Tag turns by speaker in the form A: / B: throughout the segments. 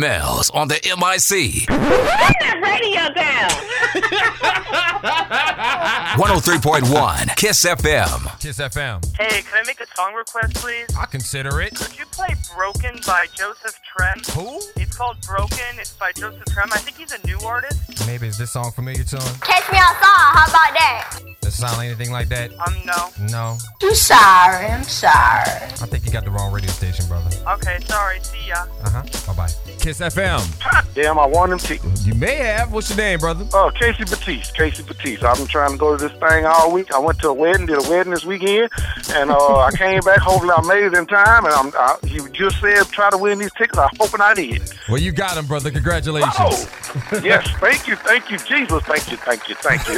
A: Mel's on the MIC
B: I'm that radio girl.
A: 103.1 Kiss FM.
C: Kiss FM.
D: Hey, can I make a song request, please?
C: I consider it.
D: Could you play Broken by Joseph Trem?
C: Who?
D: It's called Broken. It's by Joseph Trem. I think he's a new artist.
C: Maybe is this song familiar to him?
E: Catch me outside, how about that?
C: Does it sound anything like that?
D: Um, no.
C: No.
E: I'm sorry, I'm sorry.
C: I think you got the wrong radio station, brother.
D: Okay, sorry. See ya.
C: Uh huh. Bye bye. Kiss FM.
F: Damn, I want him to.
C: You may have. What's your name, brother?
F: Oh, Casey Batiste. Casey Batiste. I've been trying to go to this thing all week. I went to a wedding, did a wedding this weekend, and uh, I came back. Hopefully, I made it in time. And I'm, I, you just said try to win these tickets. I'm hoping I did.
C: Well, you got him, brother. Congratulations.
F: Oh, yes. Thank you. Thank you, Jesus. Thank you. Thank you. Thank you.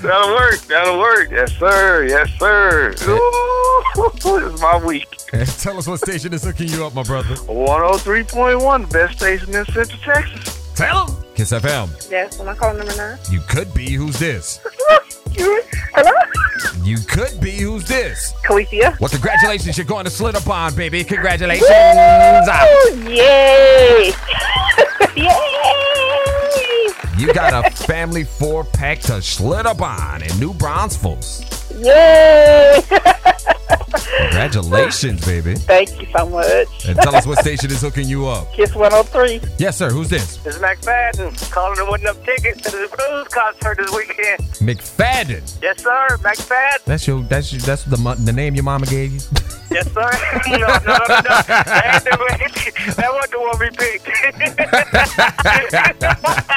F: That'll work. That'll work. Yes, sir. Yes, sir. Ooh, this is my week.
C: Tell us what station is hooking you up, my brother.
F: 103.1, best station in Central Texas.
C: Tell him. Kiss FM.
B: That's my call number nine.
C: You could be. Who's this?
B: Hello?
C: You could be. Who's this?
B: Khaleesiya.
C: Well, congratulations. You're going to Slitterbond, baby. Congratulations.
B: Yay! Yay!
C: You got a family four pack to Schlitterbahn in New Braunfels.
B: Yay!
C: Congratulations, baby.
B: Thank you so much.
C: And tell us what station is hooking you up.
B: Kiss 103.
C: Yes, sir. Who's this?
D: It's McFadden calling to win up tickets to the blues concert this weekend.
C: McFadden.
D: Yes, sir. McFadden.
C: That's your. That's your, that's the mo- the name your mama gave you.
D: Yes, sir. no, no, no, no. That wasn't the one we picked.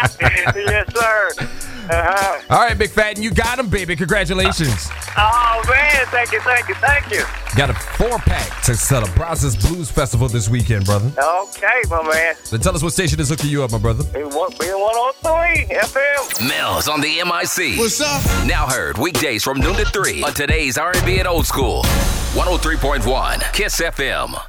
D: yes, sir. Uh-huh.
C: All right, McFadden, you got him, baby. Congratulations.
D: Oh, man. Thank you, thank you, thank you.
C: Got a four pack to sell a Brazos Blues Festival this weekend, brother.
D: Okay, my man.
C: Then tell us what station is hooking you up, my brother.
D: It won't be 103 FM.
A: Mel's on the MIC. What's up? Now heard weekdays oh from noon to 3 on today's R&B and old school. 103.1 Kiss FM.